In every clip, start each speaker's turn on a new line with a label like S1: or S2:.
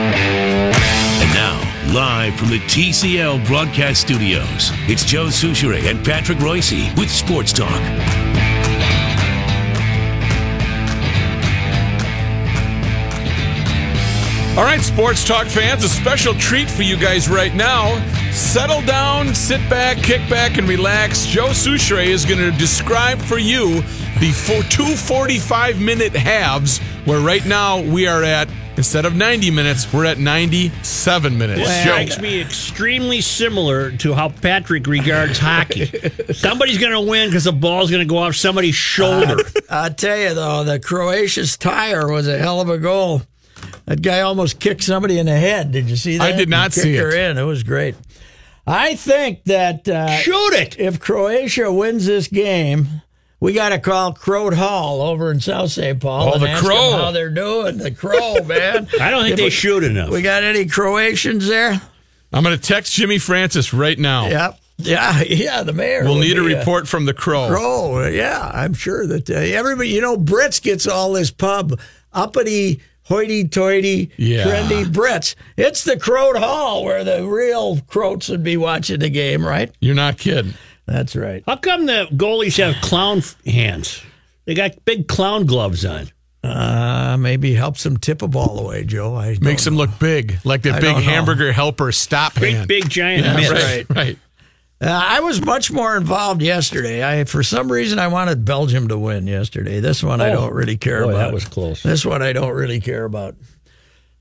S1: And now, live from the TCL broadcast studios, it's Joe Souchere and Patrick Royce with Sports Talk.
S2: All right, Sports Talk fans, a special treat for you guys right now. Settle down, sit back, kick back, and relax. Joe Souchere is going to describe for you the four, two 45 minute halves, where right now we are at, instead of 90 minutes, we're at 97 minutes.
S3: This
S2: Joe.
S3: strikes me extremely similar to how Patrick regards hockey. Somebody's going to win because the ball's going to go off somebody's shoulder.
S4: I tell you though, the Croatia's tire was a hell of a goal. That guy almost kicked somebody in the head. Did you see that?
S2: I did not
S4: He
S2: see
S4: kicked her
S2: it.
S4: in. It was great. I think that uh,
S3: Shoot it!
S4: if Croatia wins this game, we got to call Croat Hall over in South St. Paul
S2: Oh,
S4: and
S2: the
S4: ask 'em
S2: Crow.
S4: how they're doing. The Crow, man.
S3: I don't think they shoot enough.
S4: we got any Croatians there?
S2: I'm going to text Jimmy Francis right now.
S4: Yep. Yeah, yeah. The mayor.
S2: We'll
S4: would
S2: need a
S4: be, uh,
S2: report from the Crow.
S4: Oh, yeah, I'm sure that uh, everybody, you know, Brits gets all this pub uppity, hoity-toity,
S2: Yeah.
S4: trendy Brits. It's the Croat Hall where the real Croats would be watching the game, right?
S2: You're not kidding.
S4: That's right.
S3: how come the goalies have clown f- hands? They got big clown gloves on.
S4: Uh, maybe helps them tip a ball away, Joe. I don't
S2: Makes him look big, like the big
S4: don't know.
S2: hamburger helper stop
S3: Big,
S2: hand.
S3: big, giant
S2: Yeah,
S3: mitts.
S2: right, right.
S4: Uh, I was much more involved yesterday. I, for some reason, I wanted Belgium to win yesterday. This one I
S3: Oh.
S4: don't really care
S3: Boy,
S4: about.
S3: that was close.
S4: This one I don't really care about.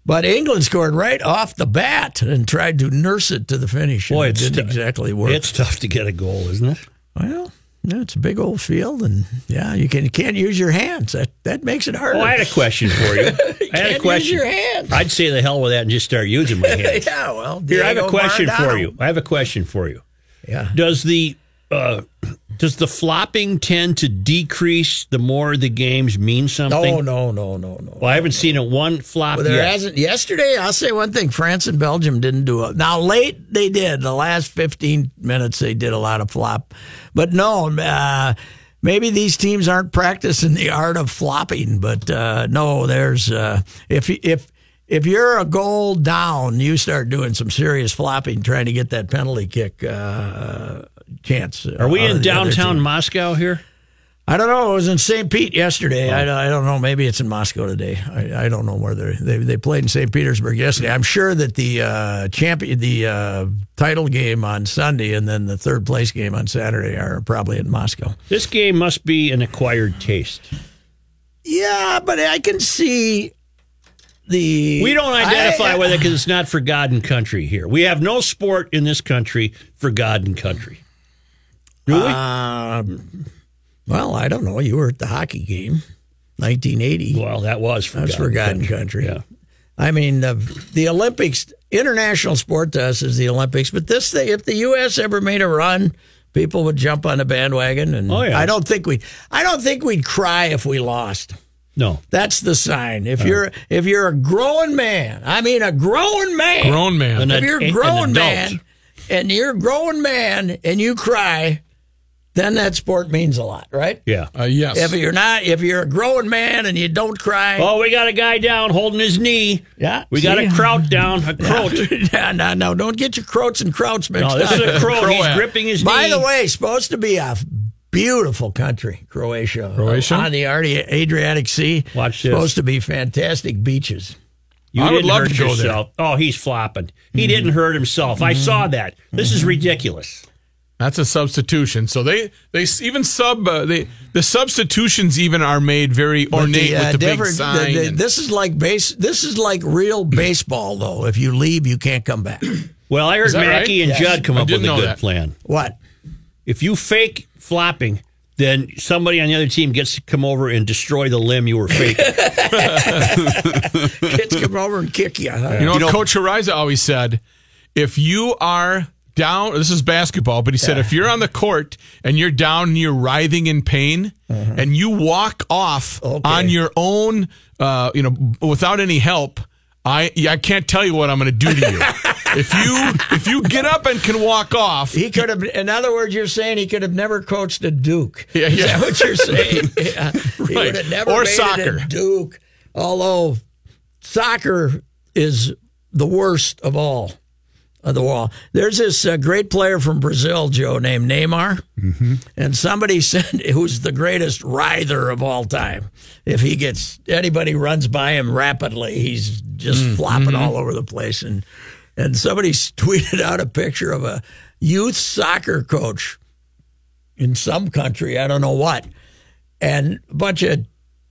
S4: But England scored right off the bat and tried to nurse it to the finish. and
S3: Boy,
S4: it
S3: it's
S4: didn't
S3: tou-
S4: exactly work.
S3: It's tough to get a goal, isn't it?
S4: well, yeah, it's a big old field, and yeah, you can you can't use your hands. That that makes it harder.
S3: Oh, I had a question for you. I
S4: can't
S3: had a
S4: use
S3: question.
S4: your hands.
S3: I'd say the hell with that and just start using my hands.
S4: yeah, well,
S3: Here, I have a
S4: Diego
S3: question for
S4: Maradona.
S3: you. I have a question for you.
S4: Yeah.
S3: Does the uh, does the flopping tend to decrease the more the games mean something?
S4: Oh, No, no, no, no, no.
S3: Well, I haven't seen a one flop
S4: Well, there
S3: yet.
S4: hasn't. Yesterday, I'll say one thing: France and Belgium didn't do it. Now, late they did. The last fifteen minutes, they did a lot of flop. But no, uh, maybe these teams aren't practicing the art of flopping. But uh, no, there's uh, if if if you're a goal down, you start doing some serious flopping, trying to get that penalty kick uh, chance.
S3: Are we in downtown
S4: Moscow?
S3: Moscow here?
S4: I don't know. It was in St. Pete yesterday. I, don't- I don't know. Maybe it's in Moscow today. I, I don't know where they they they played in St. Petersburg yesterday. I'm sure that the uh, champion the uh, title game on Sunday and then the third place game on Saturday are probably in Moscow.
S3: This game must be an acquired taste.
S4: Yeah, but I can see the
S3: We don't identify
S4: I-
S3: with it because it's not forgotten country here. We have no sport in this country forgotten country. Do we?
S4: Well, I don't know. You were at the hockey game, 1980.
S3: well, that was forgotten.
S4: That's forgotten country. I mean, the, the Olympics, international sport to us is the Olympics, but this thing, if the U.S. ever made a run, people would jump on the bandwagon. And
S3: Oh, yeah.
S4: I don't think we, I don't think we'd cry if we lost.
S3: No.
S4: That's the sign. If you're if you're a grown man, I mean a grown man,
S2: Grown man.
S3: And
S4: if
S3: an-
S4: you're
S3: an
S4: a grown
S3: adult.
S4: man, and you're a grown man and you cry, then that sport means a lot, right?
S3: Yeah.
S2: Uh, yes.
S4: If you're not, if you're a grown man and you don't cry,
S3: Oh, we got a guy down holding his knee.
S4: Yeah,
S3: We got a
S4: see?
S3: kraut down. A kraut.
S4: no, no, no, don't get your croats and krauts mixed
S3: No, this is
S4: up.
S3: a crow. He's
S2: Croat.
S3: gripping his knee.
S4: By the way, supposed to be a beautiful country, Croatia.
S2: Croatia?
S4: On the Adri- Adriatic Sea.
S3: Watch this.
S4: Supposed to be fantastic beaches.
S3: You
S2: I would
S3: didn't
S2: love
S3: hurt
S2: to go there. Hmm.
S3: yourself. Oh, he's flopping. He didn't hurt himself. I saw that. This is ridiculous.
S2: That's a substitution. So they they s- even sub uh, they the substitutions even are made very ornate
S4: uh,
S2: with the big
S4: different- the-
S2: sign.
S4: the-
S2: and-
S4: this is like base. This is like real baseball, though. If you leave, you can't come back.
S3: Well, I heard
S2: that
S3: Mackey
S2: right? Yes.
S3: and Judd come
S2: I
S3: up with a
S2: didn't know
S3: good
S2: that.
S3: plan.
S4: What?
S3: If you fake flopping, then somebody on the other team gets to come over and destroy the limb you were faking.
S4: Kids come over and kick you. huh?
S2: You know, what Coach Ariza always said, if you are down, this is basketball, but he said, if you're on the court and you're down and you're writhing in pain
S4: Mm-hmm.
S2: and you walk off on your own, uh, you know, without any help, I I can't tell you what I'm going to do to you. if you if you get up and can walk off,
S4: He could have, in other words, you're saying he could have never coached a Duke.
S2: Yeah,
S4: Is
S2: yeah.
S4: that what you're saying? Yeah. He
S2: Right.
S4: would have never
S2: Or
S4: made it
S2: soccer.
S4: at Duke, although soccer is the worst of all of the wall. There's this uh, great player from Brazil, Joe, named Neymar, and somebody said who's the greatest writher of all time. If he gets anybody runs by him rapidly, he's just flopping all over the place. And and somebody s- tweeted out a picture of a youth soccer coach in some country, I don't know what, and a bunch of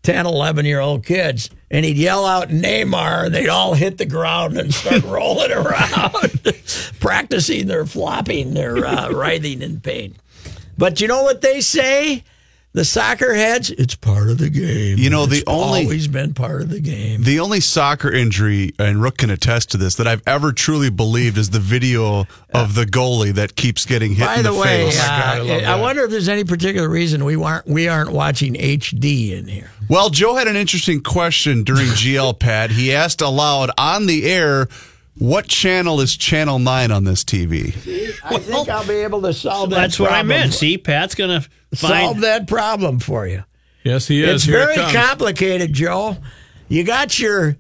S4: 10, 11 year old kids, and he'd yell out Neymar, and they'd all hit the ground and start rolling around, practicing their flopping, their uh, writhing in pain. But you know what they say? The soccer heads, it's part of the game.
S5: You know,
S4: It's
S5: the only-
S4: always been part of the game.
S5: The only soccer injury, and Rook can attest to this, that I've ever truly believed is the video of the goalie that keeps getting hit
S4: By
S5: in
S4: the,
S5: the,
S4: way,
S5: face.
S4: uh, I, wonder if there's any particular reason we aren't we aren't watching HD in here.
S5: Well, Joe had an interesting question during GL Pad. He asked aloud on the air, "What channel is Channel Nine on this TV?"
S4: I think I'll be able to solve that.
S3: That's what I
S4: problem.
S3: meant. See, Pat's gonna
S4: Solve
S3: find.
S4: that problem for you.
S2: yes, he is.
S4: It's
S2: Here it
S4: very
S2: comes.
S4: complicated, Joe. You got your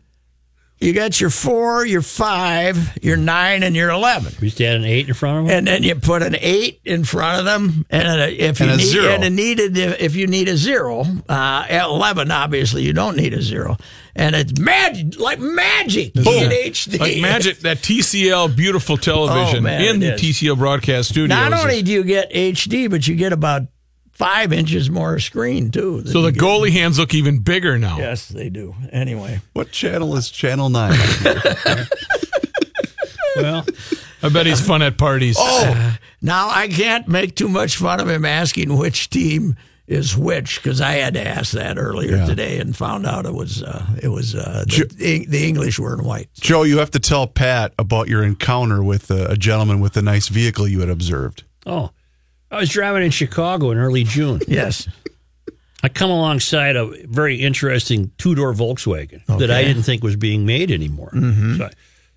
S4: you got your four, your five, your nine, and your eleven.
S3: We just had an eight in front of him.
S4: And then you put an eight in front of them, and a, if you
S5: And a
S4: need,
S5: zero.
S4: and a needed if you need a zero, uh, at eleven obviously you don't need a zero, and it's mag like magic.
S2: Boom.
S4: in HD.
S2: Like magic, that TCL beautiful television
S4: Oh, man,
S2: in
S4: it
S2: the
S4: is.
S2: TCL broadcast studios.
S4: Not only do you get HD, but you get about five inches more screen too. than
S2: so the
S4: you get-
S2: goalie hands look even bigger now.
S4: Yes, they do. Anyway,
S5: What channel is Channel Nine?
S3: well,
S2: I bet he's fun at parties.
S4: Oh, now I can't make too much fun of him asking which team is which because I had to ask that earlier today and found out it was uh, it was uh, the, Eng- the English were in white.
S5: Joe, you have to tell Pat about your encounter with a, a gentleman with a nice vehicle you had observed.
S3: oh, I was driving in Chicago in early June.
S4: Yes,
S3: I come alongside a very interesting two door Volkswagen that I didn't think was being made anymore. So, I,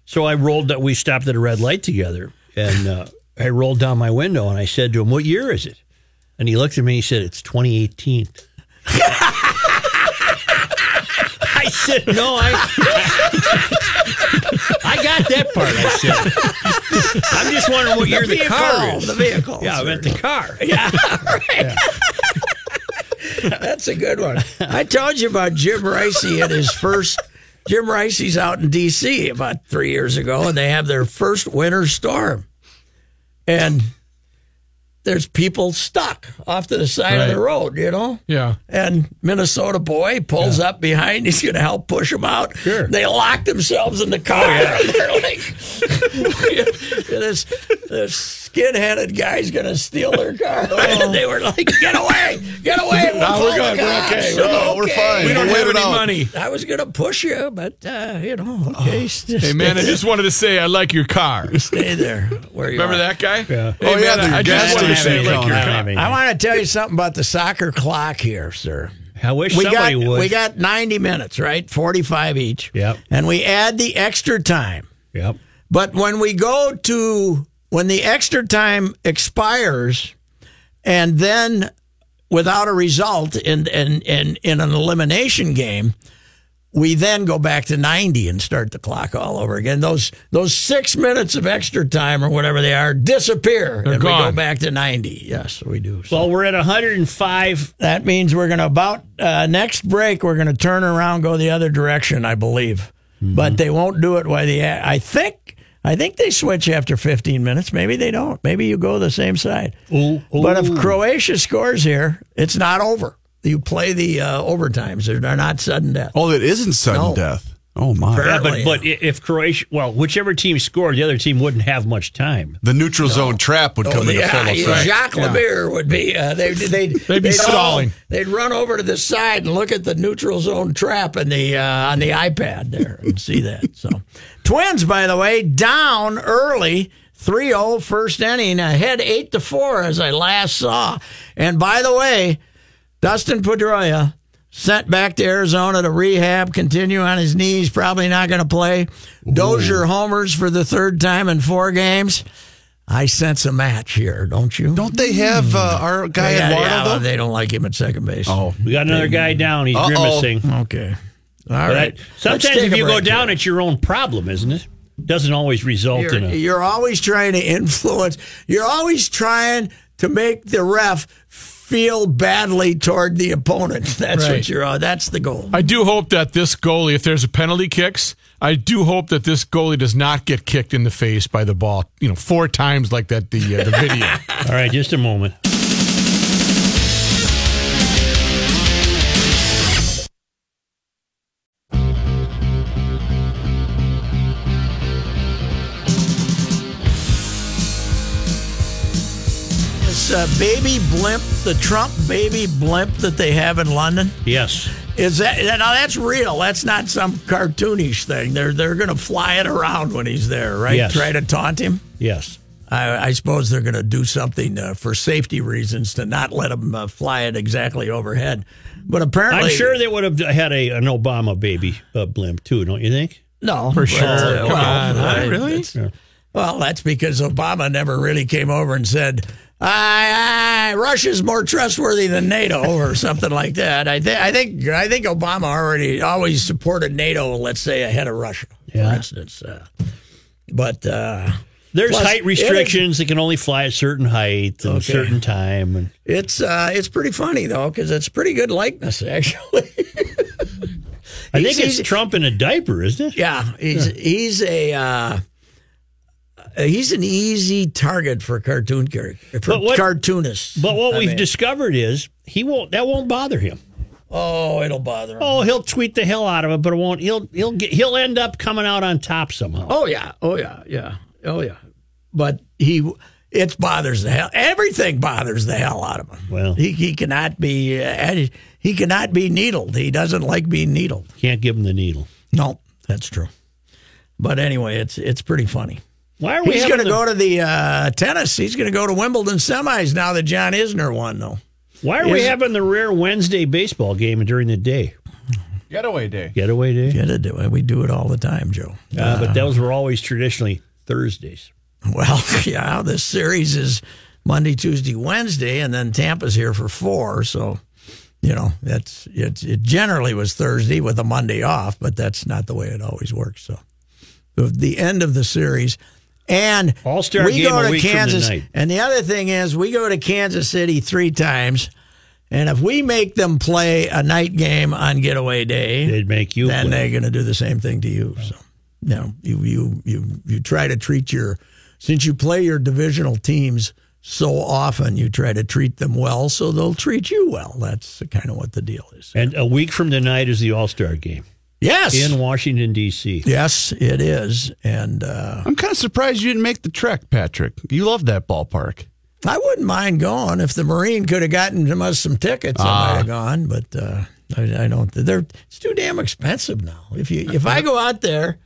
S3: so I rolled that we stopped at a red light together, and uh, I rolled down my window and I said to him, "What year is it?" And he looked at me. and He said, "It's 2018." I said, "No, I." I got that part. I said, "I'm just wondering what year the car is."
S4: the vehicle.
S3: yeah, I meant the car.
S4: That's a good one. I told you about Jim Ricey and his first. Jim Ricey's out in D.C. about three years ago, and they have their first winter storm. And there's people stuck off to the side of the
S2: Right.
S4: road, you know?
S2: yeah.
S4: And Minnesota boy pulls up behind. He's going to help push them out. Sure. They lock themselves in the car.
S5: Oh,
S4: They're like, this, this skin-headed guy's going to steal their car. And they were like, get away, get away. We'll
S5: Oh. No,
S4: call
S5: we're
S4: the
S5: good. We're
S4: cops."
S5: okay. We're- no, we're fine.
S2: We don't
S5: Wait
S2: have
S5: it
S2: any
S5: out.
S2: money.
S4: I was going to push you, but, uh, you know,
S5: Oh.
S4: okay.
S2: Hey, man, I just wanted to say I like your car.
S4: Stay there where you
S2: Remember
S4: are.
S2: that guy? Yeah.
S5: Oh, yeah, the
S2: I, I
S5: gas
S2: just wanted to
S5: station
S2: say I like
S5: account.
S2: your
S5: I don't
S2: car.
S4: I want to tell you something about the soccer clock here, sir.
S3: I wish
S4: we
S3: somebody
S4: got
S3: would.
S4: we got 90 minutes, right? 45 each.
S3: Yep.
S4: And we add the extra time.
S3: yep.
S4: But when we go to when the extra time expires and then without a result in in in, in an elimination game, we then go back to 90 and start the clock all over again. Those those 6 minutes of extra time or whatever they are disappear and we go
S2: gone.
S4: back to 90. Yes, we do. So
S3: Well, we're at 105.
S4: that means we're going to about uh, next break we're going to turn around go the other direction i believe
S3: Mm-hmm.
S4: but they won't do it by the i think i think they switch after 15 minutes maybe they don't maybe you go the same side
S3: Ooh,
S4: but if
S3: ooh.
S4: croatia scores here it's not over you play the uh, overtimes they're they're not sudden death
S5: Oh, it isn't sudden
S4: No.
S5: death. Oh my!
S3: Yeah,
S4: Apparently.
S3: but but i- if Croatia, well, whichever team scored, the other team wouldn't have much time.
S5: The neutral zone trap would come into full
S4: Oh, yeah,
S5: effect.
S4: Jacques Lebert would be. Uh, they, they'd,
S6: They'd be
S4: all-
S6: stalling.
S4: they'd run over to the side and look at the neutral zone trap in the uh, on the iPad there and see that. So, Twins, by the way, down early. 3-0 first inning, ahead eight to four as I last saw. And by the way, Dustin Pedroia sent back to Arizona to rehab, continue on his knees, probably not going to play. Dozier homers for the third time in four games. I sense a match here, don't you?
S5: Don't they have uh, our guy
S4: yeah,
S5: Eduardo
S4: yeah, well,
S5: though?
S4: they don't like him at second base. Oh,
S3: We got another guy down. He's
S5: Uh-oh.
S3: grimacing.
S4: okay. All right.
S3: But I-
S4: Let's
S3: sometimes
S4: take
S3: if
S4: a
S3: you go
S4: break
S3: down,
S4: here.
S3: it's your own problem, isn't it? Doesn't always result in
S4: you're,
S3: a.
S4: you're always trying to influence. You're always trying to make the ref feel badly toward the opponent. That's
S6: Right.
S4: what you're on. That's the goal.
S6: I do hope that this goalie, if there's a penalty kicks, I do hope that this goalie does not get kicked in the face by the ball, you know, four times like that the uh, the video.
S3: All right, just a moment.
S4: This uh, baby blimp, the Trump baby blimp that they have in London,
S3: Yes.
S4: is that that- now that's real? That's not some cartoonish thing. They're they're going to fly it around when he's there, right?
S3: Yes.
S4: Try to taunt him.
S3: Yes.
S4: I, I suppose they're going to do something uh, for safety reasons to not let him uh, fly it exactly overhead. But apparently,
S3: I'm sure they would have had a an Obama baby uh, blimp too, don't you think?
S4: no, for
S6: sure. Come on, really?
S4: Well, that's because Obama never really came over and said, "I, I Russia's more trustworthy than NATO" or something like that. I think I think I think Obama already always supported NATO, let's say, ahead of Russia, for instance. Uh, but uh,
S3: There's
S4: Plus,
S3: height
S4: it-
S3: restrictions; they can only fly at certain height and
S4: Okay.
S3: certain time. And
S4: it's uh, it's pretty funny though because it's pretty good likeness actually.
S3: I
S4: He's-
S3: think it's
S4: he's-
S3: Trump in a diaper, isn't it?
S4: Yeah, he's he's a uh, he's an easy target for cartoon character for
S3: But what-
S4: cartoonists.
S3: But what
S4: I
S3: we've
S4: mean,
S3: discovered is he won't. That won't bother him.
S4: oh, it'll bother him.
S3: Oh, he'll tweet the hell out of it, but it won't. He'll he'll get, he'll end up coming out on top somehow.
S4: Oh yeah, oh yeah, yeah, oh yeah. But he, it bothers the hell. Everything bothers the hell out of him.
S3: Well.
S4: he he cannot be uh, adi- he cannot be needled. He doesn't like being needled.
S3: Can't give him the needle.
S4: No, that's true. But anyway, it's it's pretty funny.
S3: Why are we?
S4: He's
S3: having
S4: going to
S3: the-
S4: go to the uh, tennis. He's going to go to Wimbledon semis now that John Isner won, though.
S3: Why are we
S4: Is-
S3: having the rare Wednesday baseball game during the day?
S5: Getaway day.
S3: Getaway day.
S4: Yeah, to do it. We do it all the time, Joe.
S3: Uh, but those were always traditionally Thursdays.
S4: Well, yeah, this series is Monday, Tuesday, Wednesday, and then Tampa's here for four. So, you know, that's it's it generally was Thursday with a Monday off, but that's not the way it always works. So, the, the end of the series, and
S3: All-Star
S4: we
S3: game
S4: go
S3: a
S4: to
S3: week from
S4: Kansas.
S3: tonight.
S4: and the other thing is, we go to Kansas City three times, and if we make them play a night game on getaway day,
S3: They'd make you.
S4: then
S3: play.
S4: they're going to do the same thing to you. So, no, you you you you try to treat your since you play your divisional teams so often, you try to treat them well, so they'll treat you well. That's kind of what the deal is.
S3: and a week from tonight is the All Star game
S4: Yes,
S3: in Washington D.C.
S4: yes, it is, and uh,
S5: I'm kind of surprised you didn't make the trek, Patrick. You love that ballpark.
S4: I wouldn't mind going if the Marine could have gotten us some tickets.
S3: Ah.
S4: I might have gone, but uh, I, I don't. They're it's too damn expensive now. If you if I go out there.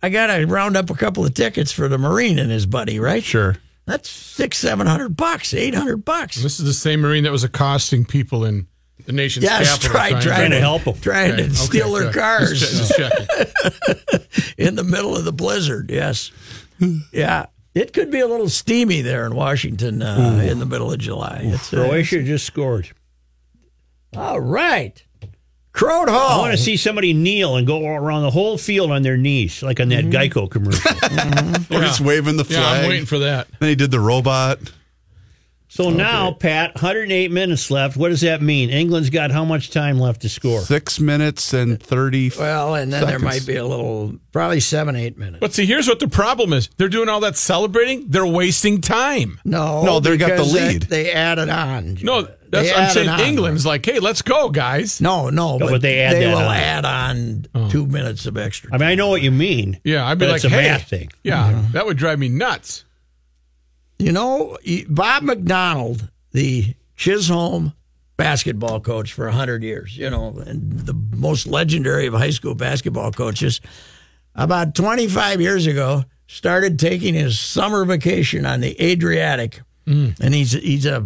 S4: I gotta round up a couple of tickets for the Marine and his buddy, right?
S5: Sure.
S4: That's six, seven hundred bucks, eight hundred bucks.
S6: This is the same Marine that was accosting people in the nation's
S4: Yes,
S6: capital.
S4: try, trying
S3: to help 'em.
S4: trying
S6: Okay,
S4: to steal
S6: okay,
S4: their
S6: check. Just
S4: cars
S6: check- just checking.
S4: in the middle of the blizzard. Yes, yeah, it could be a little steamy there in Washington uh, in the middle of July. It's, uh,
S3: Croatia just scored.
S4: all right, Crowd
S3: I
S4: Hall.
S3: want to see somebody kneel and go around the whole field on their knees, like on that
S4: Mm-hmm.
S3: Geico commercial.
S5: We're just waving the
S6: Yeah,
S5: flag.
S6: I'm waiting for that.
S5: Then he did the robot.
S3: So now, Pat, 108 minutes left. What does that mean? England's got how much time left to score?
S5: Six minutes and 30.
S4: Well, and then there might
S5: Seconds.
S4: be a little, probably seven, eight minutes.
S6: But see, here's what the problem is: they're doing all that celebrating. They're wasting time.
S4: No,
S5: No, they got the
S4: because that-
S5: lead.
S4: They added on.
S6: No, that's
S4: They
S6: I'm
S4: added
S6: saying.
S4: on.
S6: England's like, hey, let's go, guys.
S4: No, no, but,
S3: but they add that
S4: will
S3: on. Oh.
S4: add on two minutes of extra.
S3: I mean, I know what you mean.
S6: Yeah, I'd be
S3: but
S6: like,
S3: it's a
S6: hey,
S3: math thing.
S6: Yeah, that would drive me nuts.
S4: You know, you- Bob McDonald, the Chisholm basketball coach for 100 years, you know, and the most legendary of high school basketball coaches, about 25 years ago, started taking his summer vacation on the Adriatic. And he's he's a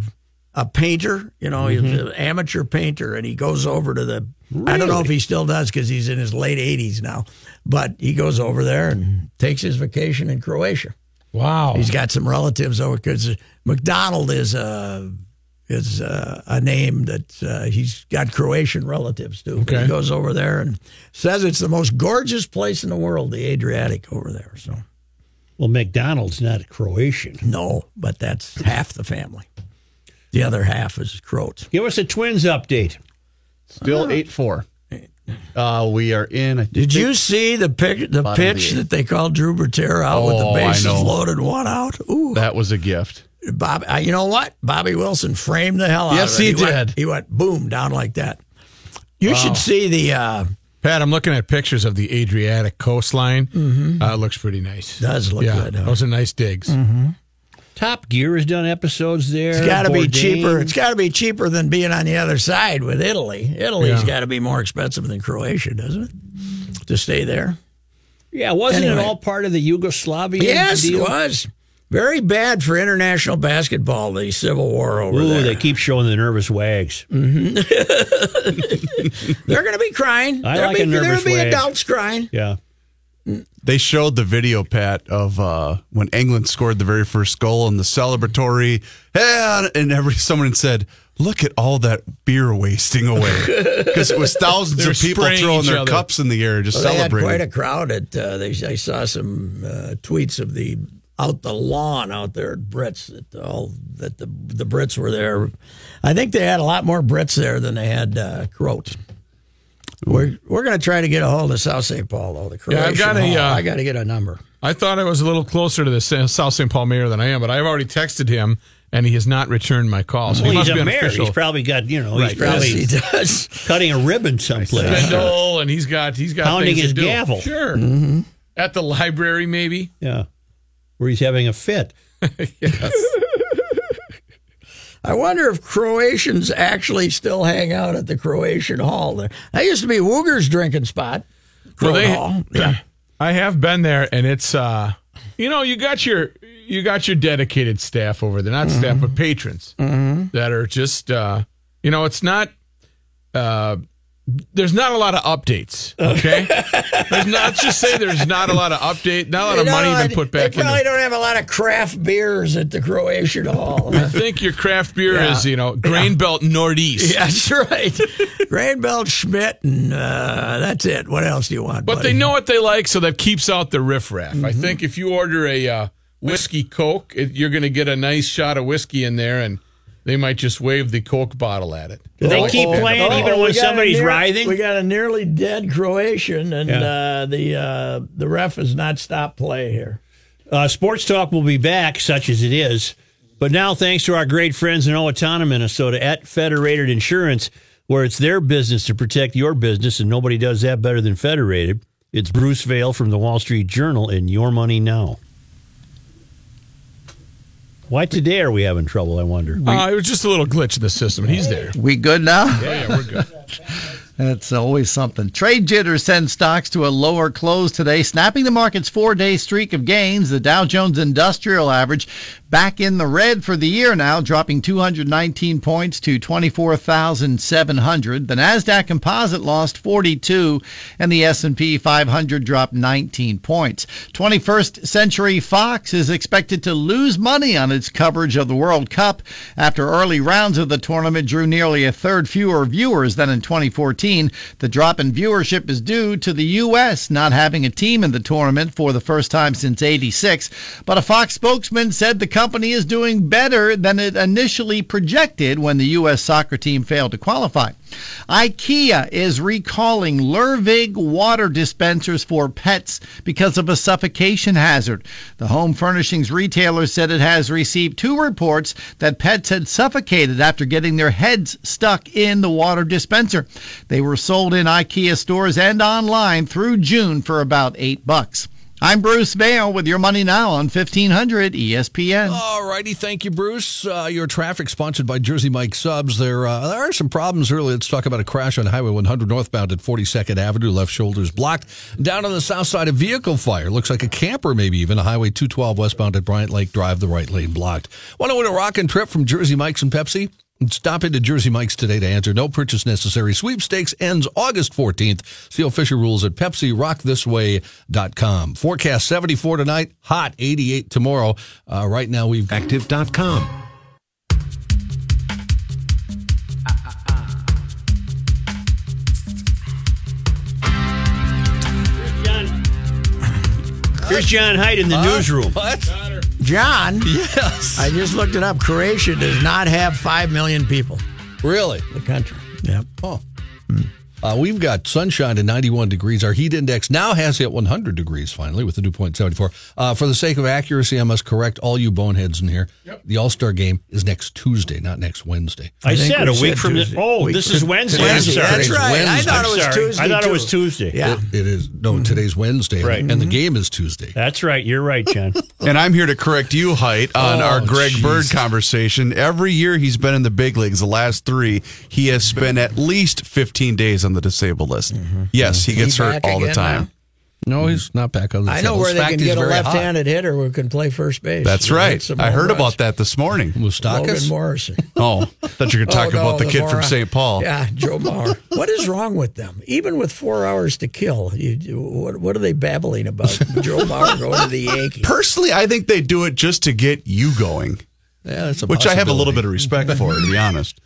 S4: a painter, you know, he's an amateur painter, and he goes over to the. I don't know if he still does because he's in his late 80s now, but he goes over there and takes his vacation in Croatia.
S6: Wow.
S4: He's got some relatives over because McDonald is a is uh, a, a name that uh, he's got Croatian relatives too. But He
S6: Okay.
S4: goes over there and says it's the most gorgeous place in the world, the Adriatic over there. So
S3: Well, McDonald's not a Croatian.
S4: no, but that's half the family. The other half is Croats.
S3: Give us a Twins update.
S5: Still 8 4. Uh, we are in. I
S4: Did you see the pic, the
S5: Bottom of the
S4: pitch
S5: eighth.
S4: that they called Drew Bertera out with
S5: Oh,
S4: the
S5: I
S4: bases
S5: know.
S4: loaded, one out? Ooh,
S5: That was a gift.
S4: Bob, uh, you know what? Bobby Wilson framed the hell out
S5: Yes,
S4: of it.
S5: he
S4: went-
S5: did.
S4: he went boom down like that. You
S3: Oh.
S4: should see the. Uh,
S6: Pat, I'm looking at pictures of the Adriatic coastline.
S3: Mm-hmm.
S6: Uh, it looks pretty nice.
S4: Does look
S6: yeah,
S4: good, huh?
S6: Those are nice digs.
S3: Top Gear has done episodes there.
S4: it's got to be
S3: Bourdain.
S4: cheaper. It's got to be cheaper than being on the other side with Italy. Italy's
S6: Yeah.
S4: got to be more expensive than Croatia, doesn't it? To stay there.
S3: Yeah, wasn't
S4: Anyway.
S3: it all part of the Yugoslavia?
S4: Yes, it
S3: deal?
S4: was very bad for international basketball. The civil war over
S3: Ooh,
S4: there.
S3: they keep showing the nervous wags.
S4: They're going to be crying.
S3: I
S4: There'll
S3: like
S4: be,
S3: a nervous
S4: There'll be
S3: wave.
S4: adults crying.
S3: Yeah.
S5: They showed the video, Pat, of uh, when England scored the very first goal and the celebratory, "Yeah," and every someone said, "Look at all that beer wasting away," because it was thousands
S6: They were
S5: of people
S6: spraying
S5: throwing
S6: each
S5: their
S6: other.
S5: cups in the air just
S4: Well, they had
S5: celebrating.
S4: quite a crowd. At uh, they, I saw some uh, tweets of the out the lawn out there at Brits that all that the the Brits were there. I think they had a lot more Brits there than they had uh, Croats. We're we're going to try to get a hold of South St. Paul though. The
S6: Yeah, I've
S4: Croatian
S6: got a,
S4: Hall.
S6: uh,
S4: I got to get a number.
S6: I thought I was a little closer to the Sa- South St. Paul mayor than I am, but I've already texted him and he has not returned my call. So
S3: Well,
S6: he
S3: he's
S6: must be
S3: a
S6: an
S3: mayor.
S6: official.
S3: He's probably got, you know, he's probably
S4: Yes, he does.
S3: cutting a ribbon someplace.
S6: Spindle, and he's got he's got
S3: Pounding
S6: things to
S3: his
S6: do.
S3: gavel.
S6: Sure. At the library, maybe.
S3: Yeah. Where he's having a fit.
S4: I wonder if Croatians actually still hang out at the Croatian Hall. There, that used to be Wooger's drinking spot.
S6: Well,
S4: Croat
S6: they-
S4: Hall. Yeah.
S6: I have been there, and it's uh, you know, you got your you got your dedicated staff over there, not staff but patrons that are just uh, you know, it's not uh, there's not a lot of updates. Okay, there's not. Let's just say there's not a lot of update, not a lot of
S4: You know,
S6: money
S4: I-
S6: been put back
S4: They
S6: in.
S4: probably don't have a lot of craft beers at the Croatian Hall.
S6: I think your craft beer
S4: Yeah.
S6: is you know Grain Belt Northeast,
S4: That's right. Rainbelt Schmidt, and uh, that's it. What else do you want?
S6: but they
S4: buddy?
S6: know what they like, Mm-hmm. so that keeps out the riffraff. I think if you order a uh, whiskey coke, it, you're going to get a nice shot of whiskey in there, and they might just wave the coke bottle at it.
S3: Do they keep
S4: Oh,
S3: playing
S4: oh,
S3: even
S4: we
S3: when
S4: got a
S3: somebody's
S4: near-
S3: writhing?
S4: We got a nearly dead Croatian, and
S3: Yeah.
S4: uh, the uh, the ref has not stopped play here.
S3: Uh, Sports Talk will be back, such as it is. But now, thanks to our great friends in Owatonna, Minnesota, at Federated Insurance, where it's their business to protect your business, and nobody does that better than Federated. It's Bruce Vail from the Wall Street Journal and Your Money Now. Why today are we having trouble? I wonder.
S6: Uh, it was just a little glitch in the system, and he's there.
S7: We good now?
S6: Yeah, yeah, we're good.
S7: That's always something. Trade jitters send stocks to a lower close today, snapping the market's four day streak of gains. The Dow Jones Industrial Average back in the red for the year now, dropping 219 points to 24,700. The NASDAQ Composite lost 42, and the S&P 500 dropped 19 points. 21st Century Fox is expected to lose money on its coverage of the World Cup after early rounds of the tournament drew nearly a third fewer viewers than in 2014. The drop in viewership is due to the U.S. not having a team in the tournament for the first time since 86. But a Fox spokesman said the coverage company is doing better than it initially projected when the U.S. soccer team failed to qualify. IKEA is recalling Lurvig water dispensers for pets because of a suffocation hazard. The home furnishings retailer said it has received two reports that pets had suffocated after getting their heads stuck in the water dispenser. They were sold in IKEA stores and online through June for about 8 bucks. I'm Bruce Vail with your money now on E 1500 ESPN.
S8: All righty, thank you, Bruce. Uh, your traffic sponsored by Jersey Mike Subs. There, uh, there are some problems. Really, let's talk about a crash on Highway 100 northbound at 42nd Avenue. Left shoulder is blocked. Down on the south side, a vehicle fire. Looks like a camper, maybe even a Highway 212 westbound at Bryant Lake Drive. The right lane blocked. Want to win a rockin' trip from Jersey Mike's and Pepsi? Stop into Jersey Mike's today to answer. No purchase necessary. Sweepstakes ends August 14th. See official rules at PepsiRockThisWay.com. Forecast 74 tonight, hot 88 tomorrow. Uh, right now we've
S1: Active.com.
S3: John. Here's John Hyde in the newsroom.
S8: What?
S4: John,
S8: Yes.
S4: I just looked it up. Croatia does not have 5 million people,
S8: really?
S4: the country. Yeah.
S8: Oh. Uh, we've got sunshine at 91 degrees. Our heat index now has hit 100 degrees finally with the dew point 74. Uh, for the sake of accuracy, I must correct all you boneheads in here. The All Star game is next Tuesday, not next Wednesday.
S3: I,
S4: think
S3: said
S4: we
S3: a week
S4: said
S3: from the,
S4: Tuesday.
S3: oh,
S4: Week
S3: this
S4: from-
S3: is Wednesday. I'm
S4: Wednesday,
S3: sorry.
S4: That's right.
S8: Wednesday.
S4: I thought it was
S3: Sorry.
S4: Tuesday.
S3: I thought it was
S4: too.
S3: Tuesday.
S4: Yeah.
S8: It is no.
S4: Mm-hmm.
S8: Today's Wednesday,
S3: Right.
S8: and the game is Tuesday.
S3: That's right. You're right, John.
S5: And I'm here to correct you, Height, on
S8: Oh,
S5: our Greg
S8: jeez.
S5: Bird conversation. Every year he's been in the big leagues, the last three, he has spent at least 15 days on the disabled list. Yes, he
S4: Mm-hmm. he
S5: gets hurt
S4: back
S5: all the
S4: again
S5: time.
S4: now?
S8: No, he's not back on the.
S4: I know where they
S8: fact,
S4: can
S8: he's
S4: get a
S8: very hot.
S4: left-handed hitter who can play first base.
S5: That's
S4: They
S5: right.
S4: need some
S5: I
S4: home
S5: heard
S4: runs.
S5: about that this morning.
S4: Logan
S8: Moustakas.
S4: Morrison.
S5: Oh, that you're going to talk
S4: Oh, no,
S5: about the, kid
S4: moron.
S5: from St. Paul.
S4: Yeah, Joe Mauer. what is wrong with them? Even with four hours to kill, you, you- what, what are they babbling about? Joe Mauer going to the Yankees.
S5: Personally, I think they do it just to get you going,
S8: Yeah, that's a
S5: which I have a little
S8: possibility.
S5: bit of respect for, to be honest.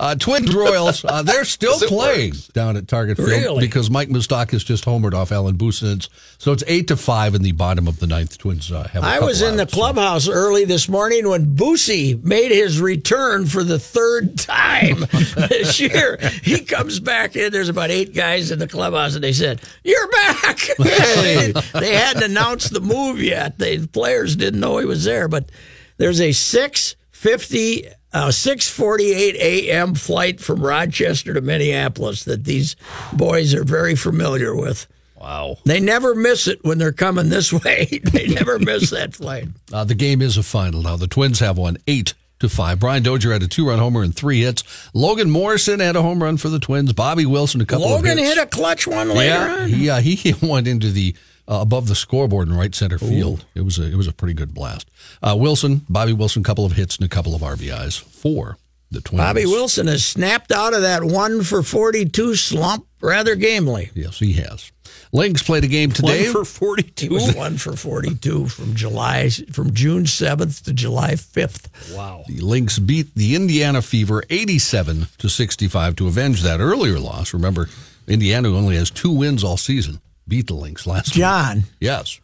S8: Uh, Twins Royals, uh, they're still playing down at Target Field
S4: Really?
S8: because Mike Moustakas just homered off Alan Businitz. So it's eight to five in the bottom of the ninth. Twins uh, have. a
S4: I
S8: couple
S4: was in the
S8: outs.
S4: clubhouse early this morning when Boosie made his return for the third time this year. He comes back in. There's about eight guys in the clubhouse, and they said, "You're back."
S8: Hey.
S4: they, they hadn't announced the move yet. The players didn't know he was there. But there's a six fifty. Uh, 6:48 a.m. flight from Rochester to Minneapolis that these boys are very familiar with.
S8: Wow.
S4: They never miss it when they're coming this way. they never miss that flight.
S8: Uh, the game is a final now. The Twins have won eight to five. Brian Dozier had a two-run homer and three hits. Logan Morrison had a home run for the Twins. Bobby Wilson a couple
S4: Logan
S8: of hits.
S4: hit a clutch one later
S8: yeah,
S4: on.
S8: he, uh, he went into the uh, above the scoreboard in right center field. It was a it was a pretty good blast. Uh, Wilson, Bobby Wilson, couple of hits and a couple of RBIs for the Twins.
S4: Bobby Wilson has snapped out of that one for 42 slump rather gamely.
S8: Yes, he has. Lynx played a game today.
S3: One for
S4: He
S3: 42.
S4: was one for 42 from July from June 7th to July 5th.
S3: Wow.
S8: the Lynx beat the Indiana Fever 87 to 65 to avenge that earlier loss. Remember, Indiana only has two wins all season. Beat the Lynx last year.
S4: John,
S8: Yes,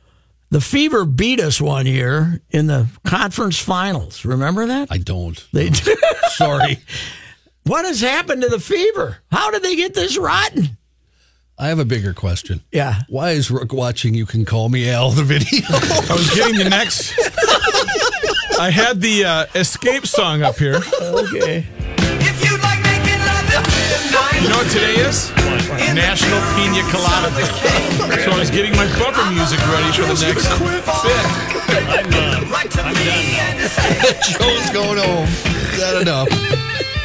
S4: the Fever beat us one year in the conference finals. Remember that?
S8: I don't.
S4: They
S8: Sorry.
S4: What has happened to the Fever? How did they get this rotten?
S8: I have a bigger question.
S4: Yeah.
S8: Why is Rook watching You Can Call Me Al the video?
S6: I was getting the next. I had the uh, escape song up here.
S4: Okay.
S9: If you'd like making love in the night,
S6: You know what today is? National Pina Colada Day. So I was getting my bumper music ready for the next bit.
S9: write to me and say,
S8: Joe's going home. Is that enough?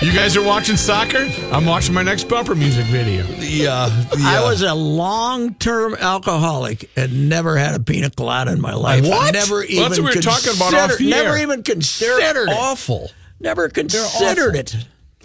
S6: You guys are watching soccer? I'm watching my next bumper music video.
S8: The, uh, the,
S4: I
S8: uh,
S4: was a long-term alcoholic and never had a pina colada in my life.
S8: What?
S4: Never even
S6: Well, that's what we were talking about off
S4: considered-
S6: the air.
S4: Never even considered it.
S8: awful.
S4: Never considered it.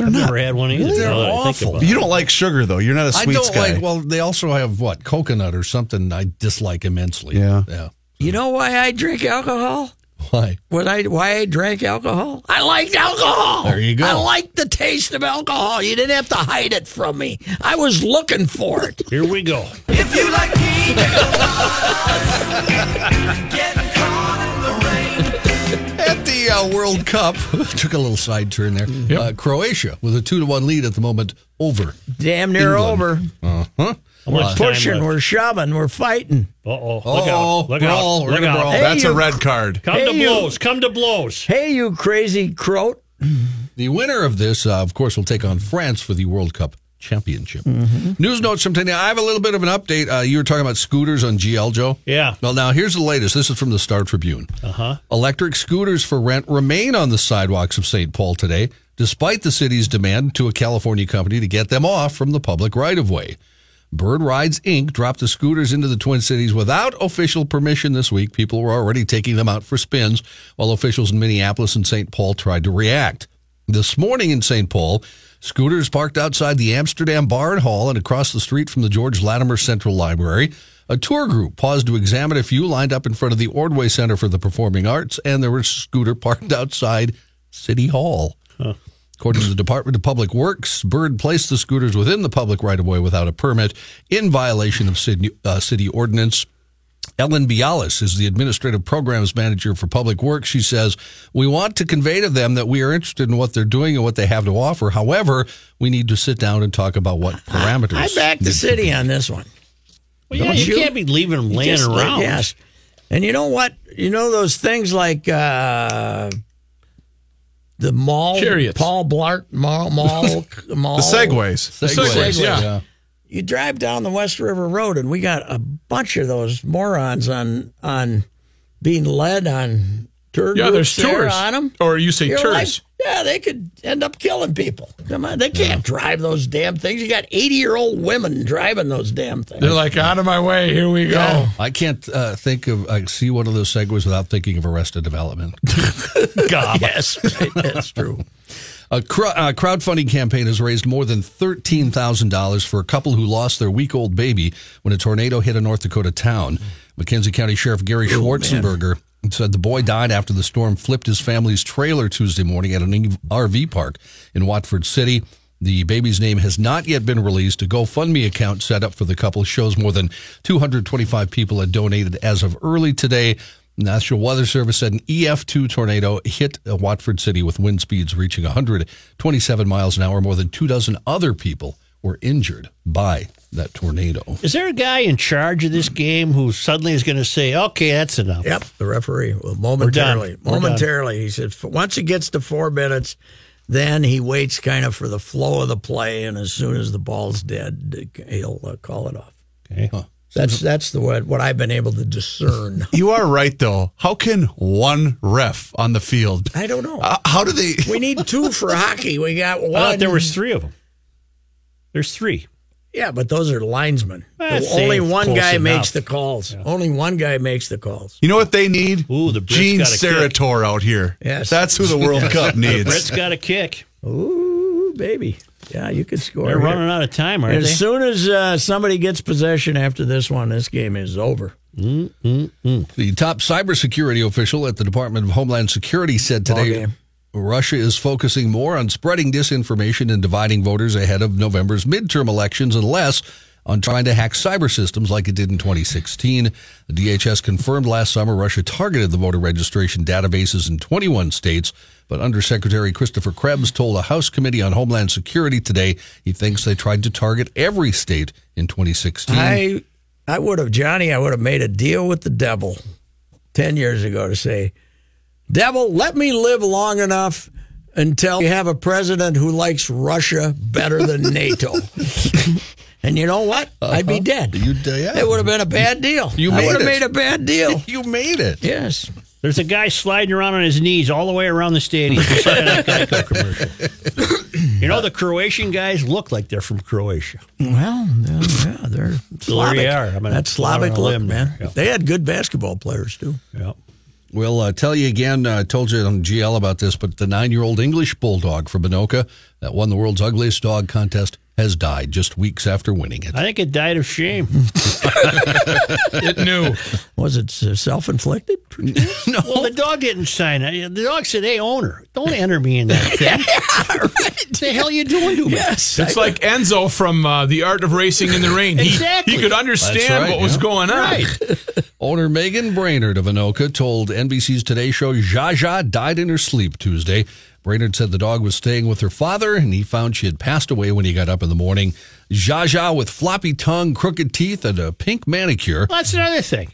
S3: I've never had one either.
S8: They're
S3: now that I think
S8: awful.
S3: about it.
S5: You don't like sugar, though. You're not a
S8: I
S5: sweets
S8: don't
S5: guy.
S8: like. Well, they also have what coconut or something. I dislike immensely.
S5: Yeah.
S8: Yeah.
S4: You know why I drink alcohol?
S8: Why?
S4: What I why I drank alcohol? I liked alcohol.
S8: There you go.
S4: I liked the taste of alcohol. You didn't have to hide it from me. I was looking for it.
S3: Here we go.
S9: if you like pina coladas, getting caught in the rain.
S8: At the Soccer World Cup took a little side turn there. Uh, Croatia with a two to one lead at the moment over.
S4: Damn near
S8: England.
S4: over.
S8: Huh?
S4: We're pushing, we're shoving, we're fighting.
S3: Uh oh. Look
S8: Oh,
S3: out. Look out.
S8: brawl. We're
S3: Look
S8: gonna
S3: out.
S8: brawl.
S4: Hey,
S5: Oh, That's a
S4: you-
S5: red card.
S3: Come to
S4: Hey, you.
S3: blows. Come to blows.
S4: Hey, you crazy croat.
S8: The winner of this, uh, of course, will take on France for the World Cup championship. News notes from today. I have a little bit of an update. Uh, you were talking about scooters on GL Joe.
S3: Yeah.
S8: Well, now here's the latest. This is from the Star Tribune. Uh huh. Electric scooters for rent remain on the sidewalks of St. Paul today, despite the city's demand to a California company to get them off from the public right of way. Bird Rides Inc. dropped the scooters into the Twin Cities without official permission this week. People were already taking them out for spins while officials in Minneapolis and St. Paul tried to react. This morning in St. Paul, scooters parked outside the Amsterdam Bar and Hall and across the street from the George Latimer Central Library. A tour group paused to examine a few lined up in front of the Ordway Center for the Performing Arts, and there was a scooter parked outside City Hall. According to the Department of Public Works, Bird placed the scooters within the public right of way without a permit in violation of city, uh, city ordinance. Ellen Bialis is the administrative programs manager for Public Works. She says, We want to convey to them that we are interested in what they're doing and what they have to offer. However, we need to sit down and talk about what parameters.
S4: I back
S8: need
S4: the
S8: to
S4: city on this one.
S3: Well, yeah,
S4: Don't
S3: you,
S4: you?
S3: can't be leaving them laying
S4: Just like-
S3: around.
S4: Yes. And you know what? You know those things like uh, the mall,
S6: Chariots.
S4: Paul Blart Mall, mall, mall.
S5: The segways.
S8: be-
S6: Segways, yeah.
S4: You drive down the West River Road, and we got a bunch of those morons on on being led on tour
S6: Yeah,
S4: groups
S6: there's
S4: there
S6: tours.
S4: on them.
S6: Or you say
S4: You're
S6: tours.
S4: like, yeah, they could end up killing people. Come on, they can't drive those damn things. You got eighty year old women driving those damn things.
S6: They're like, out of my way. Here we go.
S4: Yeah.
S8: I can't uh, think of, I see one of those segues without thinking of Arrested Development.
S3: God.
S4: yes, right, that's true.
S8: A cr- uh, crowdfunding campaign has raised more than $13,000 for a couple who lost their week old baby when a tornado hit a North Dakota town. McKenzie County Sheriff Gary Schwarzenberger said the boy died after the storm flipped his family's trailer Tuesday morning at an E RV park in Watford City. The baby's name has not yet been released. A GoFundMe account set up for the couple shows more than 225 people had donated as of early today. National Weather Service said an EF2 tornado hit uh, Watford City with wind speeds reaching 127 miles an hour. More than two dozen other people were injured by that tornado.
S3: Is there a guy in charge of this game who suddenly is going to say, okay, that's enough?
S4: Yep, the referee will momentarily,
S3: We're done.
S4: momentarily. He said, once it gets to four minutes, then he waits kind of for the flow of the play, and as soon as the ball's dead, he'll uh, call it off.
S3: Okay.
S4: That's that's the what what I've been able to discern.
S5: You are right, though. How can one ref on the field?
S4: I don't know.
S5: Uh, how do they?
S4: we need two for hockey. We got one.
S3: I thought there was three of them. There's three.
S4: yeah, but those are linemen.
S3: That's
S4: only
S3: safe.
S4: one
S3: Eh, Close
S4: guy makes
S3: enough.
S4: the calls. Only one guy makes the calls.
S5: You know what they need?
S3: Ooh, the Brits
S5: Gene
S3: got a kick.
S5: Sarator out here.
S4: Yes.
S5: that's who the World
S3: Brett's
S5: Cup needs.
S3: got a kick.
S4: Ooh, baby. Oh, Yeah, you could score.
S3: They're
S4: here.
S3: running out of time, aren't
S4: As
S3: they?
S4: soon as uh, somebody gets possession after this one, this game is over.
S8: The top cybersecurity official at the Department of Homeland Security said today
S4: Ballgame.
S8: Russia is focusing more on spreading disinformation and dividing voters ahead of November's midterm elections and less on trying to hack cyber systems like it did in 2016. The DHS confirmed last summer Russia targeted the voter registration databases in 21 states, but Undersecretary Christopher Krebs told a House Committee on Homeland Security today he thinks they tried to target every state in 2016.
S4: I I would have Johnny. I would have made a deal with the devil ten years ago to say, "Devil, let me live long enough." Until we have a president who likes Russia better than NATO. and you know what? I'd
S3: Uh-huh.
S4: be dead.
S8: You- yeah.
S4: It would have been a bad deal.
S8: You
S4: I
S8: made
S4: would have
S8: it.
S4: made a bad deal.
S8: you made it.
S4: yes.
S3: There's a guy sliding around on his knees all the way around the stadium. Just like in that Geico commercial. you know, the Croatian guys look like they're from Croatia.
S4: Well, yeah, yeah, they're Slavic.
S3: you are. I'm gonna-
S4: That's Slavic
S3: I'm on a
S4: look,
S3: limb
S4: man.
S3: there, yeah.
S4: They had good basketball players too.
S3: Yeah.
S8: We'll uh, tell you again. uh, I told you on GL about this, but the nine year old English bulldog from Anoka that won the world's ugliest dog contest has died just weeks after winning it.
S3: I think it died of shame.
S6: It knew.
S4: Was it self inflicted?
S3: Well, the dog didn't sign it. The dog said, "Hey, owner, don't enter me in that thing." What the hell you doing to me?
S4: Yes.
S6: It's like Enzo from uh, The Art of Racing in the Rain. He,
S3: Exactly.
S6: he could understand
S8: That's right,
S6: what was
S8: yeah.
S6: going on.
S8: Owner Megan Brainerd of Anoka told NBC's Today Show Zsa Zsa died in her sleep Tuesday. Brainerd said the dog was staying with her father and he found she had passed away when he got up in the morning. Zsa Zsa with floppy tongue, crooked teeth, and a pink manicure.
S3: Well, that's another thing.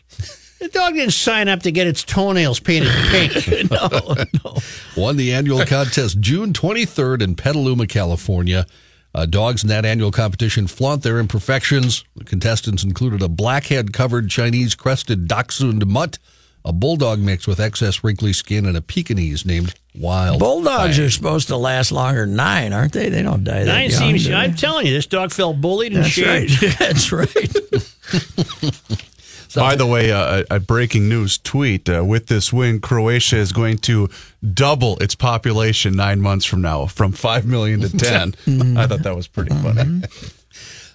S3: The dog didn't sign up to get its toenails painted pink. no, no.
S8: won the annual contest June 23rd in Petaluma, California. Uh, dogs in that annual competition flaunt their imperfections. The contestants included a blackhead covered Chinese crested dachshund mutt, a bulldog mix with excess wrinkly skin, and a Pekingese named Wild.
S4: Bulldogs are supposed to last longer than nine, aren't they? They don't die. That
S3: Nine
S4: young,
S3: seems.
S4: do they?
S3: I'm telling you, this dog felt bullied and
S4: That's right.
S3: shamed.
S4: That's right.
S5: By the way, uh, a a breaking news tweet uh, with this win, Croatia is going to double its population nine months from now, from 5 million to 10. I thought that was pretty funny.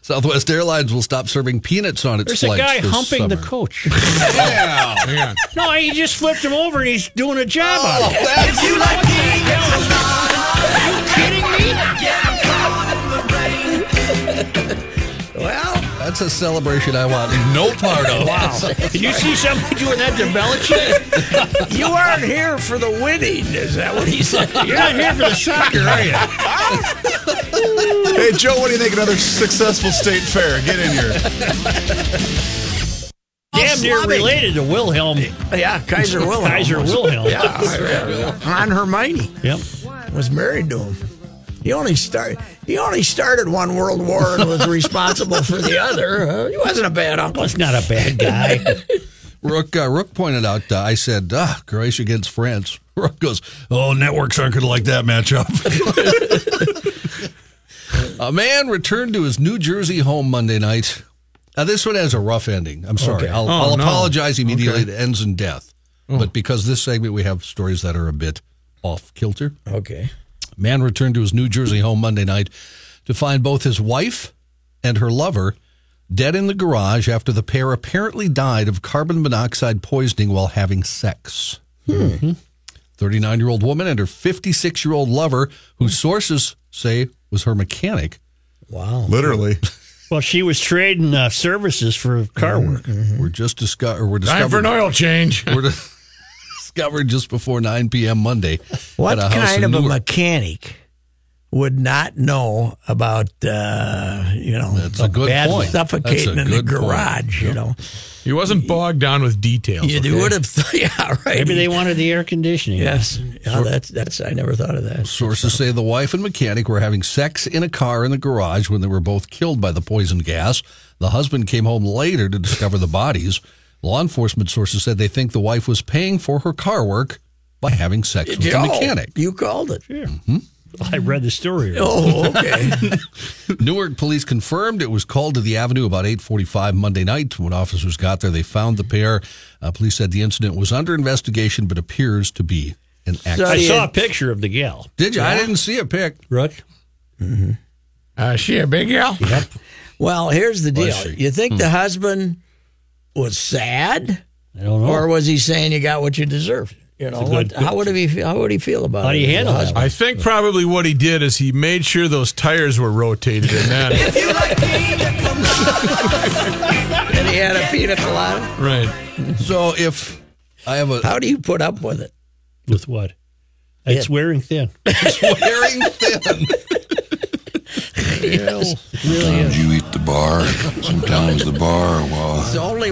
S8: Southwest Airlines will stop serving peanuts on its
S3: There's a
S8: flights.
S3: guy
S8: this
S3: humping the
S8: summer.
S3: coach.
S6: Yeah, man.
S3: no, he just flipped him over and he's doing a job
S4: Oh,
S3: on it.
S9: If you like me, get along.
S8: Well, that's a celebration I want no part of. wow.
S3: Did you see somebody doing that to Belichick?
S4: you aren't here for the winning. Is that what he said?
S3: You're not here for the soccer, are you?
S5: Hey, Joe, what do you think? Another successful state fair. Get in here.
S3: Damn near
S4: Slutty.
S3: related to Wilhelm.
S4: Yeah, Kaiser Wilhelm.
S3: Kaiser
S4: was-
S3: Wilhelm.
S4: Yeah, on Hermione
S3: Yep.
S4: was married to him. He only started. He only started one World War and was responsible for the other. Uh, he wasn't a bad uncle.
S3: That's not a bad guy.
S8: Rook, uh, Rook pointed out, uh, I said, ah, Croatia against France. Rook goes, oh, networks aren't going to like that matchup. a man returned to his New Jersey home Monday night. Now, this one has a rough ending. I'm sorry. I'll, I'll
S6: no.
S8: apologize immediately. It ends in death. But because this segment, we have stories that are a bit off kilter.
S4: Okay.
S8: Man returned to his New Jersey home Monday night to find both his wife and her lover dead in the garage after the pair apparently died of carbon monoxide poisoning while having sex. 39 year old woman and her 56 year old lover, whose sources say was her mechanic,
S5: Literally.
S3: well, she was trading uh, services for car work.
S8: were just disco- or were
S6: Time for an
S8: discovered,
S6: oil change.
S8: were discovered just before 9 p.m. Monday.
S4: What
S8: at a house
S4: kind
S8: in
S4: of a
S8: Newark.
S4: mechanic would not know about uh, you know
S8: That's a good
S4: bad
S8: point.
S4: suffocating
S8: That's
S4: in
S8: a
S4: the
S8: good point.
S4: garage? You know,
S6: He wasn't bogged down with details.
S4: you
S6: okay?
S4: would have. Th- yeah, right.
S3: Maybe they wanted the air conditioning.
S4: Yes. Yeah, that's that's. I never thought of that.
S8: Sources say the wife and mechanic were having sex in a car in the garage when they were both killed by the poison gas. The husband came home later to discover the bodies. Law enforcement sources said they think the wife was paying for her car work by having sex with the
S4: Oh,
S8: mechanic.
S4: You called it.
S3: I read the story.
S4: Oh, okay.
S8: Newark police confirmed it was called to the avenue about 8:45 Monday night. When officers got there, they found the pair. Uh, police said the incident was under investigation, but appears to be an accident.
S3: I saw a picture of the gal.
S8: Did you? I didn't see a pic.
S3: Rook?
S6: Uh, she a big gal. Hmm.
S4: well, here's the
S8: Was
S4: deal.
S8: she?
S4: You think the husband was sad,
S3: I don't know.
S4: or was he saying you got what you deserved? You know,
S3: a
S4: what,
S3: good-
S4: how would he? How would he feel about it?
S3: How do you
S4: as a
S3: handle that?
S4: husband?
S6: I think probably what he did is he made sure those tires were rotated, and then
S9: If you like me, then come
S4: And he had a pina colada.
S6: right.
S8: So if I have a
S4: How do you put up with it?
S3: With what? It's wearing thin.
S8: wearing thin.
S10: Sometimes you eat the bar, sometimes the bar.
S4: It's
S10: Well,
S4: only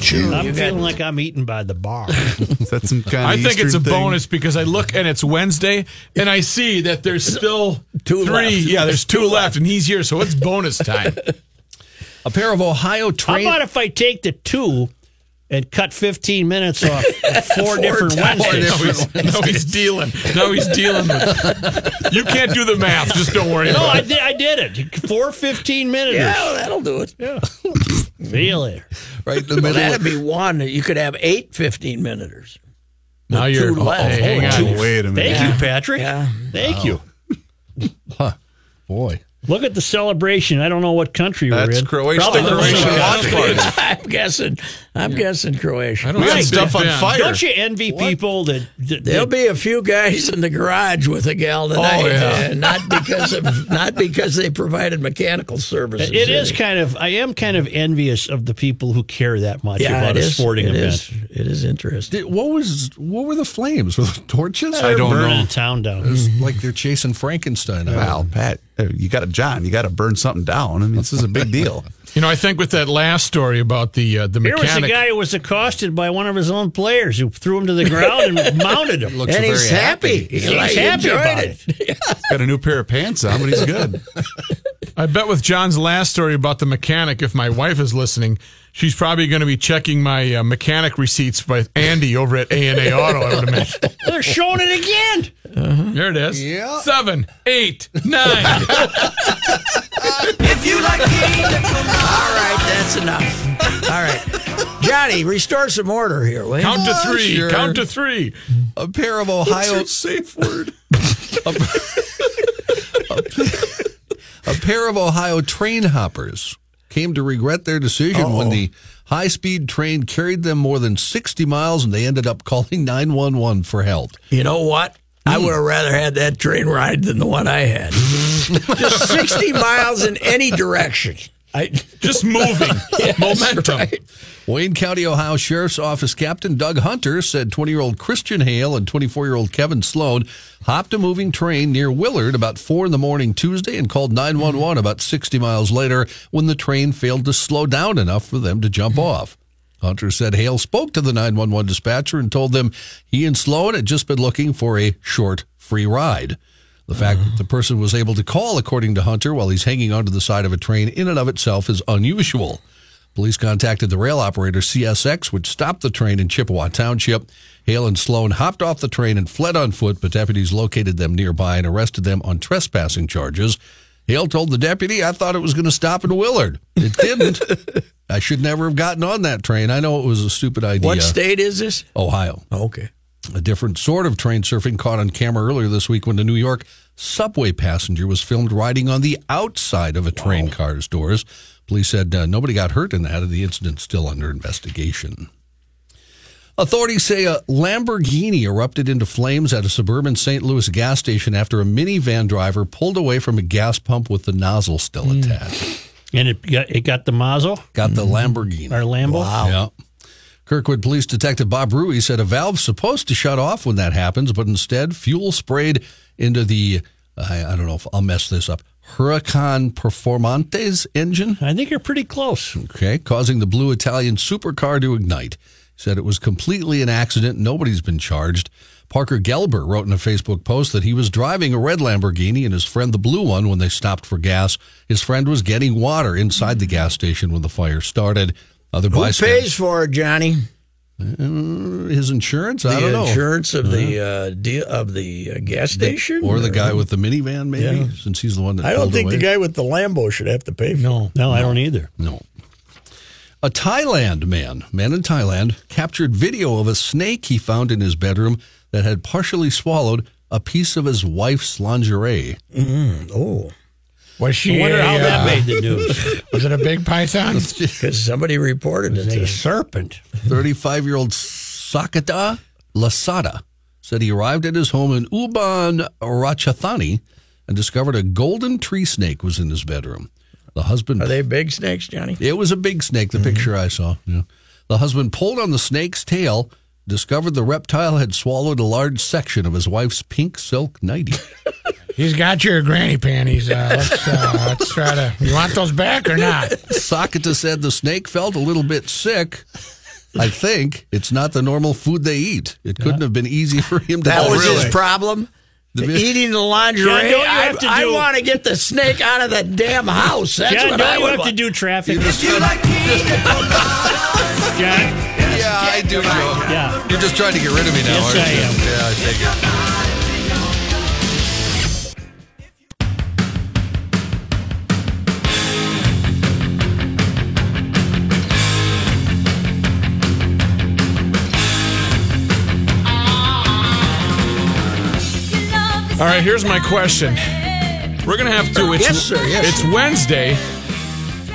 S10: Chew.
S3: I'm feeling like I'm eating by the bar.
S5: Is that some kind of
S6: I think it's a
S5: Eastern thing?
S6: bonus because I look and it's Wednesday, and I see that there's still
S4: Two
S6: three.
S4: left.
S6: Yeah, there's two left, and he's here, so it's bonus time.
S8: A pair of Ohio
S3: How
S8: train.
S3: about if I take the two and cut 15 minutes off of four, different
S4: times.
S3: Wednesdays?
S6: Now he's, now he's dealing. Now he's dealing with. You can't do the math. Just don't worry
S3: No,
S6: about
S3: I
S6: it.
S3: did, I did it. Four 15 minutes.
S4: Yeah, that'll do it.
S3: See you later.
S8: right in the middle.
S4: That'd
S8: Of,
S4: be one. You could have eight 15 minuters.
S6: Now you're. oh,
S4: two left.
S6: Hey, hang
S4: Oh,
S6: on.
S5: Wait a minute.
S3: Thank you, Patrick. Thank you.
S8: boy,
S3: Look at the celebration. I don't know what country we're
S5: That's
S3: in.
S5: Croatia.
S3: Probably
S5: The
S3: the
S5: Croatian
S3: same
S5: watch
S3: country.
S5: party.
S4: I'm guessing. I'm guessing Croatia.
S5: We got stuff on fire.
S3: Don't you envy people that, that,
S4: There'll
S3: that
S4: be a few guys in the garage with a gal tonight,
S5: yeah.
S4: uh, not because of not because they provided mechanical services.
S3: It is kind of. I am kind of envious of the people who care that much
S4: yeah,
S3: about
S4: it
S3: a
S4: is-
S3: sporting
S4: it
S3: event.
S4: is- it is interesting.
S8: Did- what was what were the flames? Were the torches?
S5: I don't
S3: Burning
S5: know.
S3: a town down.
S8: It was like they're chasing Frankenstein.
S5: Wow, Pat, uh, you got to John. You got to burn something down. I mean, this is a big deal.
S6: You know, I think with that last story about the uh, the
S3: Here was a
S6: mechanic.
S3: guy who was accosted by one of his own players who threw him to the ground and mounted him.
S4: And he's happy.
S3: He was
S4: he
S3: happy
S4: enjoyed
S3: about
S4: it.
S5: Got a new pair of pants on, but he's good.
S6: I bet with John's last story about the mechanic, if my wife is listening, she's probably going to be checking my uh, mechanic receipts by Andy over at A and A Auto. I would imagine.
S3: They're showing it again.
S6: There it is. Yeah. Seven, eight, nine.
S9: If you like kingdom come
S4: All right, that's enough. All right, Johnny, restore some order here, will you?
S6: Count to
S8: Oh,
S6: three.
S8: sure.
S6: Count to three.
S8: A pair of Ohio
S5: safe word.
S8: a pair of Ohio train hoppers came to regret their decision when the high speed train carried them more than 60 miles and they ended up calling 911 for help.
S4: You know what? I would have rather had that train ride than the one I had. Just 60 miles in any direction. I,
S6: Just moving. Momentum.
S8: Wayne County, Ohio Sheriff's Office Captain Doug Hunter said 20 year old Christian Hale and 24 year old Kevin Sloan hopped a moving train near Willard about 4 in the morning Tuesday and called 911 about 60 miles later when the train failed to slow down enough for them to jump off. Hunter said Hale spoke to the 911 dispatcher and told them he and Sloan had just been looking for a short free ride. The fact that the person was able to call, according to Hunter, while he's hanging onto the side of a train in and of itself is unusual. Police contacted the rail operator CSX, which stopped the train in Chippewa Township. Hale and Sloan hopped off the train and fled on foot, but deputies located them nearby and arrested them on trespassing charges. Hale told the deputy, I thought it was going to stop in Willard. It didn't. I should never have gotten on that train. I know it was a stupid idea.
S4: what state is this?
S8: Ohio.
S4: Okay.
S8: A different sort of train surfing caught on camera earlier this week when a New York subway passenger was filmed riding on the outside of a train car's doors. Police said uh, nobody got hurt in that, and the incident's still under investigation. Authorities say a Lamborghini erupted into flames at a suburban St. Louis gas station after a minivan driver pulled away from a gas pump with the nozzle still attached.
S3: And it got, it got the mazel
S8: Got the Lamborghini.
S3: or Lambo.
S8: Yeah. Kirkwood Police Detective Bob Rui said a valve's supposed to shut off when that happens, but instead fuel sprayed into the, I, I don't know if I'll mess this up, Huracan Performantes engine.
S3: I think you're pretty close.
S8: Okay, causing the blue Italian supercar to ignite. He said it was completely an accident. Nobody's been charged. Parker Gelber wrote in a Facebook post that he was driving a red Lamborghini and his friend the blue one when they stopped for gas. His friend was getting water inside the gas station when the fire started. Other
S4: Who
S8: bystanders-
S4: pays for it, Johnny?
S8: his insurance. I don't
S4: the
S8: know.
S4: insurance of the uh, deal of the uh, gas station,
S8: Or the guy with the minivan, maybe, since he's the one that.
S4: I don't
S8: pulled
S4: think
S8: away.
S4: the guy with the Lambo should have to pay. For no,
S3: No, I don't either.
S8: No. A Thailand man, man in Thailand, captured video of a snake he found in his bedroom that had partially swallowed a piece of his wife's lingerie.
S4: oh,
S6: Was she?
S3: I wonder how
S6: a,
S3: that
S6: uh,
S3: made the news.
S6: Was it a big python?
S4: because somebody reported it.
S3: a
S4: to-
S3: serpent.
S8: 35 year old Sakata Lasada said he arrived at his home in Uban Ratchathani and discovered a golden tree snake was in his bedroom. The husband
S4: Are they big snakes, Johnny?
S8: It was a big snake,
S9: Mm-hmm.
S8: the picture I saw. Yeah. The husband pulled on the snake's tail, discovered the reptile had swallowed a large section of his wife's pink silk nightie.
S6: He's got your granny panties. Uh, let's, uh, let's try to. You want those back or not?
S8: Sakata said the snake felt a little bit sick. I think it's not the normal food they eat. It couldn't have been easy for him to
S4: That was
S8: digest.
S4: his problem.
S8: The-
S4: Eating the lingerie.
S3: John, don't you have to
S4: I,
S3: do-
S4: want to get the snake out of that damn house. That's
S3: John,
S4: what I
S3: don't you
S4: would
S3: have to
S4: want.
S3: do traffic?
S9: If you like kingdom come
S3: John,
S8: Yeah, I do. Joe.
S3: yeah.
S8: You're just trying to get rid of me now,
S3: Yes,
S8: aren't
S3: I
S8: you?
S3: am.
S8: Yeah, I figured.
S6: All right, here's my question. We're gonna have to. It's,
S4: Yes, sir, yes,
S6: It's Wednesday.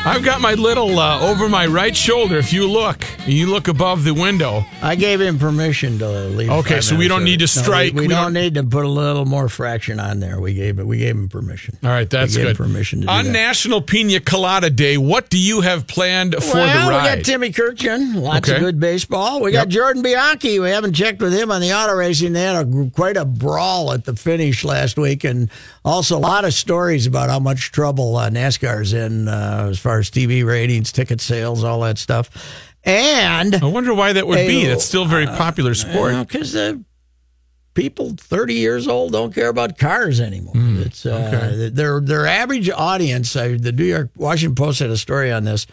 S6: I've got my little uh, over my right shoulder. If you look, you look above the window.
S4: I gave him permission to leave.
S6: Okay,
S4: five
S6: so we
S4: minutes
S6: don't
S4: early.
S6: need to
S4: No, we-
S6: strike.
S4: we
S6: We don't-
S4: don't, need to put a little more fraction on there. We gave it. We gave him permission.
S6: All right, that's
S4: we gave
S6: good.
S4: Him permission to do
S6: On
S4: that.
S6: National Pina Colada Day, what do you have planned for
S4: well,
S6: the
S4: we
S6: ride?
S4: got Timmy Kirchin, lots
S6: Okay.
S4: of good baseball. We got Jordan Bianchi. We haven't checked with him on the auto racing. They had a, quite a brawl at the finish last week, and also a lot of stories about how much trouble uh, NASCAR's in uh, as far as TV ratings, ticket sales, all that stuff. And
S6: I wonder why that would be.
S4: Hey, uh,
S6: That's still a very popular sport.
S4: because the people 30 years old don't care about cars anymore.
S6: Hmm.
S4: it's uh, their their average audience. I, the New York Washington Post had a story on this.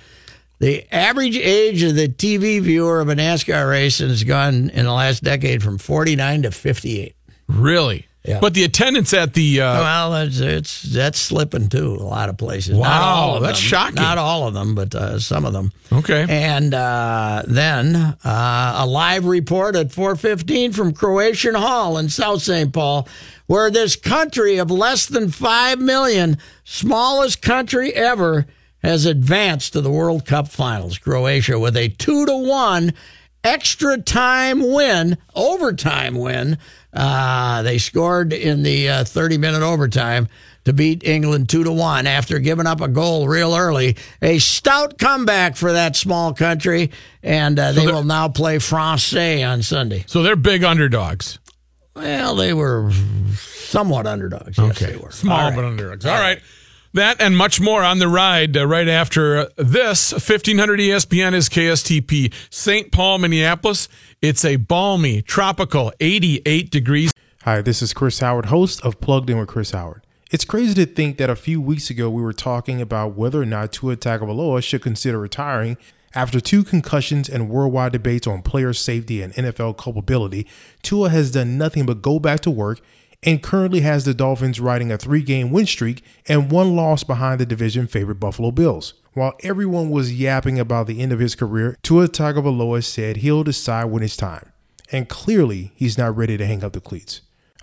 S4: The average age of the TV viewer of a NASCAR race has gone in the last decade from 49 to 58.
S6: Really?
S4: Yeah.
S6: But the attendance at the uh,
S4: well, it's, it's that's slipping too a lot of places. Not
S6: Wow,
S4: all of
S6: that's
S4: them.
S6: shocking. Oh.
S4: Not all of them, but uh, some of them.
S6: Okay.
S4: And uh, then uh, a live report at 4:15 from Croatian Hall in South St. Paul, where this country of less than five million, smallest country ever, has advanced to the World Cup Finals. Croatia with a two to one extra time win, overtime win. Uh, they scored in the uh, 30 minute overtime to beat England 2 to 1 after giving up a goal real early. A stout comeback for that small country, and uh, they will now play Francais on Sunday.
S6: so they're big underdogs.
S4: Well, they were somewhat underdogs. Yes, they were.
S6: Small but underdogs. All right. That and much more on the ride uh, right after uh, this. E 1500 ESPN is KSTP, St. Paul, Minneapolis. It's a balmy, tropical 88 degrees.
S5: Hi, this is Chris Howard, host of Plugged In with Chris Howard. It's crazy to think that a few weeks ago we were talking about whether or not Tua Tagovailoa should consider retiring after two concussions and worldwide debates on player safety and NFL culpability. Tua has done nothing but go back to work and currently has the Dolphins riding a three-game win streak and one loss behind the division favorite Buffalo Bills. While everyone was yapping about the end of his career, Tua Tagovailoa said he'll decide when it's time, and clearly he's not ready to hang up the cleats.